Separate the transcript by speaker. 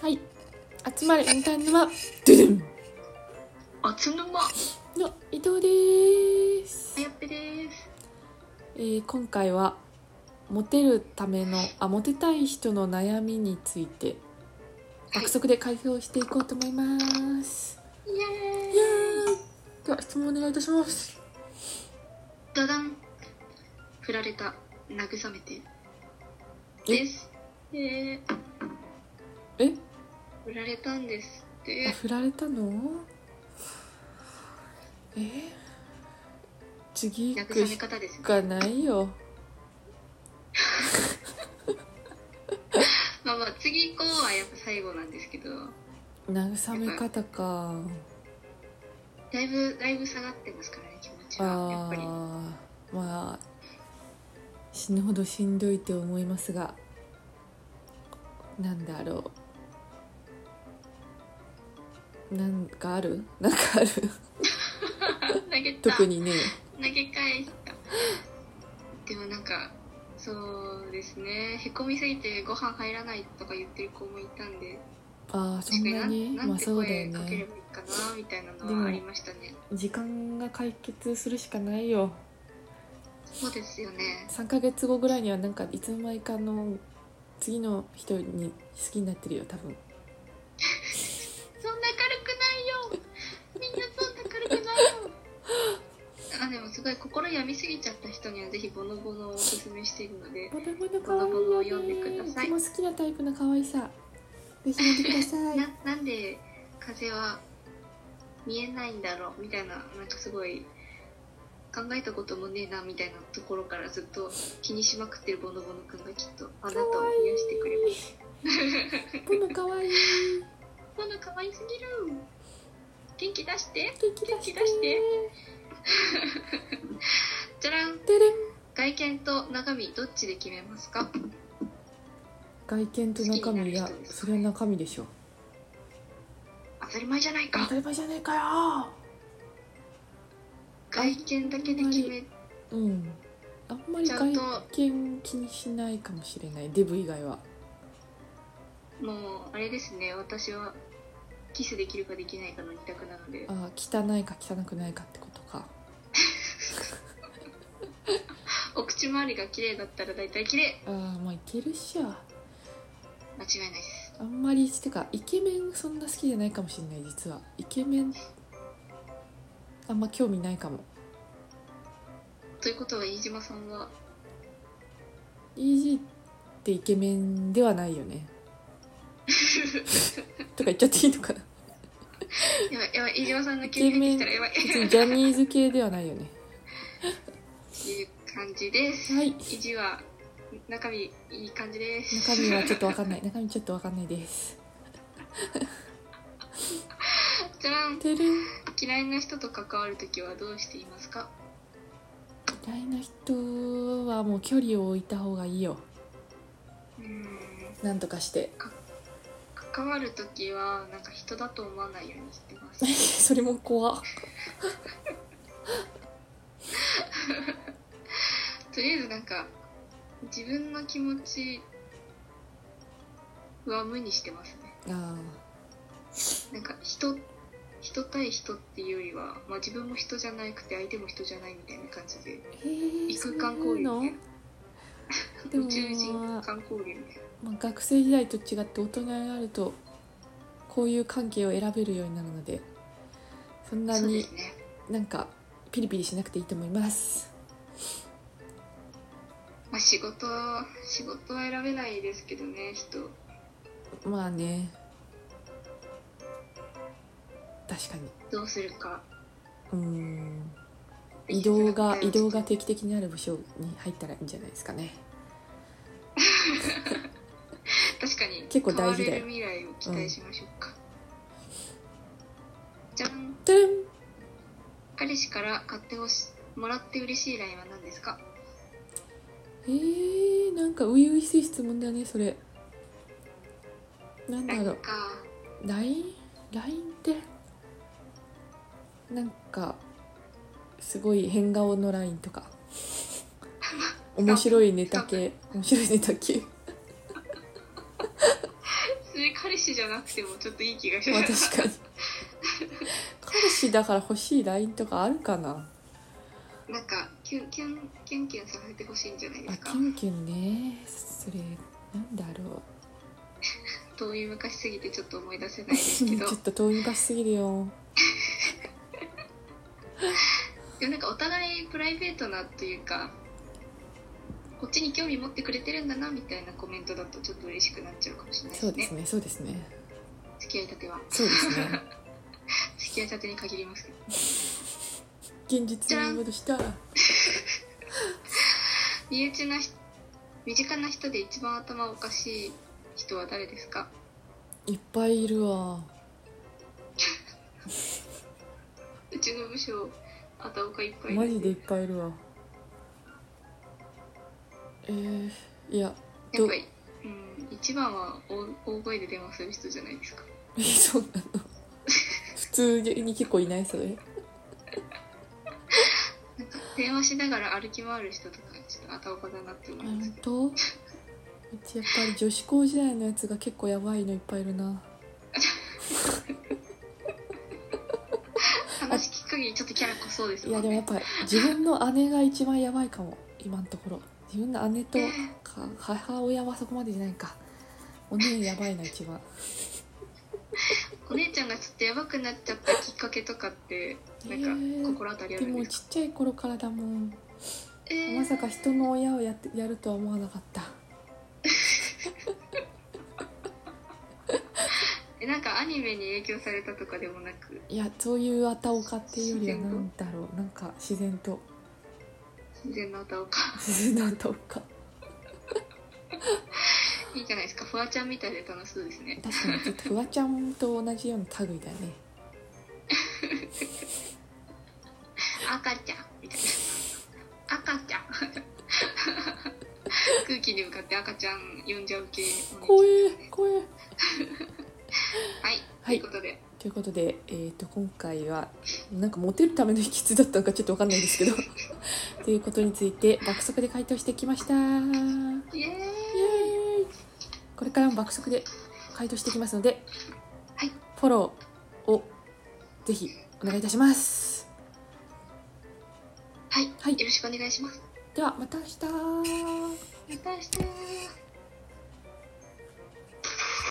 Speaker 1: はい集まれインター沼ドゥドゥン
Speaker 2: おつぬま
Speaker 1: の伊藤です
Speaker 2: あやっぺです
Speaker 1: えー今回はモテるためのあモテたい人の悩みについて
Speaker 2: はい
Speaker 1: 爆速で開票していこうと思います、
Speaker 2: イエーイ
Speaker 1: イエーイでは質問お願いいたします
Speaker 2: ダダン振られた慰めて
Speaker 1: え
Speaker 2: ですえー、
Speaker 1: え
Speaker 2: 振られたんですっ
Speaker 1: あ
Speaker 2: て
Speaker 1: 振られたのえー次行く
Speaker 2: 慰め
Speaker 1: し
Speaker 2: 方ですね
Speaker 1: かないよ
Speaker 2: まあまあ次行こうはやっぱ最後なんですけど
Speaker 1: 慰め方か
Speaker 2: だいぶだいぶ下がってますからね気持ちはやっ
Speaker 1: あ
Speaker 2: ぱり
Speaker 1: ーまあ死ぬほどしんどいと思いますがなんだろうなんかある なんかある
Speaker 2: 投げた
Speaker 1: 特にね
Speaker 2: 投げ返したでもなんかそうですねへこみすぎてご飯入らないとか言ってる子もいたんで
Speaker 1: ああそんなに
Speaker 2: なん
Speaker 1: まあ
Speaker 2: て
Speaker 1: そうだ
Speaker 2: 声
Speaker 1: よ
Speaker 2: かけれ
Speaker 1: ね
Speaker 2: ばいいかなみたいな
Speaker 1: で
Speaker 2: の
Speaker 1: も
Speaker 2: はありましたね
Speaker 1: 時間が解決するしかないよ
Speaker 2: そうですよね
Speaker 1: 3ヶ月後ぐらいにはなんかいつの間にかの次の人に好きになってるよ多分
Speaker 2: そんな軽くないよみんなそんな軽くないよあでもすごい心病みすぎちゃった人にはぜひボノボノをおすすめしているので
Speaker 1: まだまだ可愛いよね
Speaker 2: このまま読んでください
Speaker 1: いつも好きなタイプの可愛さぜひ見てくだ さい
Speaker 2: ななんで風は見えないんだろうみたいななんかすごい考えたこともねえなみたいなところからずっと気にしまくってるボノボノくんがきっとあなたを癒やしてくれます
Speaker 1: ポムかわいい
Speaker 2: ボノ可愛すぎる元気出して
Speaker 1: 元気出して
Speaker 2: 元気出してじゃらん
Speaker 1: てれん
Speaker 2: 外見と中身どっちで決めますか
Speaker 1: 外見と中身いや
Speaker 2: 好きになる人です
Speaker 1: それは中身でしょ
Speaker 2: 当たり前じゃない
Speaker 1: 当
Speaker 2: か
Speaker 1: たり前じゃねえかよ
Speaker 2: 外見だけで決め
Speaker 1: うんあんまり
Speaker 2: ちゃん
Speaker 1: 外
Speaker 2: と
Speaker 1: 見気にしないかもしれないデブ以外は
Speaker 2: もうあれですね私はキスできるかできないかの二択なので
Speaker 1: あー汚いか汚くないかってことか
Speaker 2: お口周りが綺麗だったら大体綺麗
Speaker 1: あーまあいけるっしょ
Speaker 2: 間違いないです
Speaker 1: あんまりてかイケメンそんな好きじゃないかもしれない実はイケメンあんま興味ないかも
Speaker 2: ということは飯島さんは
Speaker 1: EG ってイケメンではないよね とか言っちゃっていいのかな
Speaker 2: やばいやばい飯島さんの急に入ってきたらやばい
Speaker 1: 別にジャニーズ系ではないよね
Speaker 2: っていう感じです
Speaker 1: はい
Speaker 2: 意地は中身いい感じです
Speaker 1: 中身はちょっとわかんない中身ちょっとわかんないです
Speaker 2: じゃらん
Speaker 1: てるん
Speaker 2: 嫌いな人と関わるときはどうしていますか
Speaker 1: 嫌いな人はもう距離を置いた方がいいよ
Speaker 2: うーん
Speaker 1: なんとかして
Speaker 2: 関わるときはなんか人だと思わないようにしてます
Speaker 1: それも怖
Speaker 2: とりあえずなんか自分の気持ちは無にしてますね
Speaker 1: あ
Speaker 2: なんか人人対人っていうよりは、まあ、自分も人じゃなくて相手も人じゃないみたいな感じで
Speaker 1: ーへえ
Speaker 2: 異空間交流
Speaker 1: の
Speaker 2: ね
Speaker 1: でも
Speaker 2: 宇宙人間交流みたいな
Speaker 1: まあ、学生時代と違って大人になるとこういう関係を選べるようになるのでそんな
Speaker 2: そうで
Speaker 1: に
Speaker 2: すね
Speaker 1: なんかピリピリしなくていいと思います
Speaker 2: まあ仕事仕事は選べないですけどね人
Speaker 1: まあね確かに
Speaker 2: どうするか
Speaker 1: うーん移動が移動が定期的にある部署に入ったらいいんじゃないですかね
Speaker 2: 確かに
Speaker 1: 結構大事だよ
Speaker 2: 変われる未来を期待しましょうか、じゃん
Speaker 1: てれん
Speaker 2: 彼氏から買ってほしもらって嬉しい LINE は何ですか
Speaker 1: えー、なんか初々しい質問だねそれなんだろ
Speaker 2: な
Speaker 1: うん
Speaker 2: か
Speaker 1: LINE? LINE ってなんかすごい変顔の LINE とか面白いネタ系面白いネタ系
Speaker 2: それ考彼氏じゃなくてもちょっといい気がし
Speaker 1: ま
Speaker 2: ま
Speaker 1: あ
Speaker 2: す
Speaker 1: 確かに彼氏だから欲しい LINE とかあるかな
Speaker 2: なんかキュンキュンキュンキュンさせてほしいんじゃないで
Speaker 1: あ
Speaker 2: すか
Speaker 1: キュンキュンねそれなんだろ
Speaker 2: 遠い昔すぎてちょっと思い出せな
Speaker 1: う
Speaker 2: いですけ
Speaker 1: ち
Speaker 2: ど
Speaker 1: ょっと遠い昔すぎるよ
Speaker 2: でもなんかお互いプライベートなというかこっちに興味持ってくれてるんだなみたいなコメントだとちょっと嬉しくなっちゃうかもしれないで
Speaker 1: そう
Speaker 2: す
Speaker 1: で
Speaker 2: ね
Speaker 1: すねそうですね
Speaker 2: 付き合いたては
Speaker 1: そうですね
Speaker 2: 付き合いたてに限りますけど
Speaker 1: 現実に戻した
Speaker 2: 身内な人身近な人で一番頭おかしい人は誰ですか
Speaker 1: いっぱいいるわ
Speaker 2: うちの部署あたおかいっぱいいる
Speaker 1: マジでいっぱいいるわえー、いや
Speaker 2: やっぱり、うん、一番は大大声で電話する人じゃないですか
Speaker 1: え そうなの普通に結構いないそれ
Speaker 2: なんか電話しながら歩き回る人とかちょっとあたおかだなって思います
Speaker 1: 本
Speaker 2: け
Speaker 1: 当
Speaker 2: ど
Speaker 1: うちやっぱり女子高時代のやつが結構やばいのいっぱいいるな
Speaker 2: 話聞く限りちょっとキャラ濃そうです
Speaker 1: いや
Speaker 2: もん
Speaker 1: でもやっ
Speaker 2: ね
Speaker 1: ぱ自分の姉が一番やばいかも今のところ自分の姉とか母親はそこまでじゃないかお姉やばいな一番
Speaker 2: お姉ちゃんがちょっとやばくなっちゃったきっかけとかってなん
Speaker 1: え
Speaker 2: か
Speaker 1: ー
Speaker 2: 心当たりあ
Speaker 1: で
Speaker 2: るん
Speaker 1: も
Speaker 2: で
Speaker 1: ちっ
Speaker 2: すか、
Speaker 1: ちゃい頃からだもん
Speaker 2: えー
Speaker 1: まさか人の親をやってやるとは思わなかった
Speaker 2: えなんかアニメに影響されたとかでもなく
Speaker 1: いやそういうあたおかっていうよりはなんだろうなんか自然と
Speaker 2: 自然のあたおか
Speaker 1: 自然なあたおか
Speaker 2: いいじゃないですかフワちゃんみたいで楽しそうですね
Speaker 1: 確かにちょっとフワちゃんと同じような類だね
Speaker 2: 赤ちゃんみたいな赤ちゃん空気に向かって赤ちゃん呼んじゃう系
Speaker 1: 怖
Speaker 2: う
Speaker 1: え怖え
Speaker 2: はい、
Speaker 1: はい
Speaker 2: ということで
Speaker 1: ということで、えー、と今回はなんかモテるための秘訣だったのかちょっとわかんないんですけどということについて爆速で回答してきましたイエーイ
Speaker 2: イエーイ
Speaker 1: これからも爆速で回答していきますので、
Speaker 2: はい
Speaker 1: フォローをぜひお願いいたします
Speaker 2: はい、
Speaker 1: はい
Speaker 2: よろしくお願いします
Speaker 1: ではまた明日
Speaker 2: また明日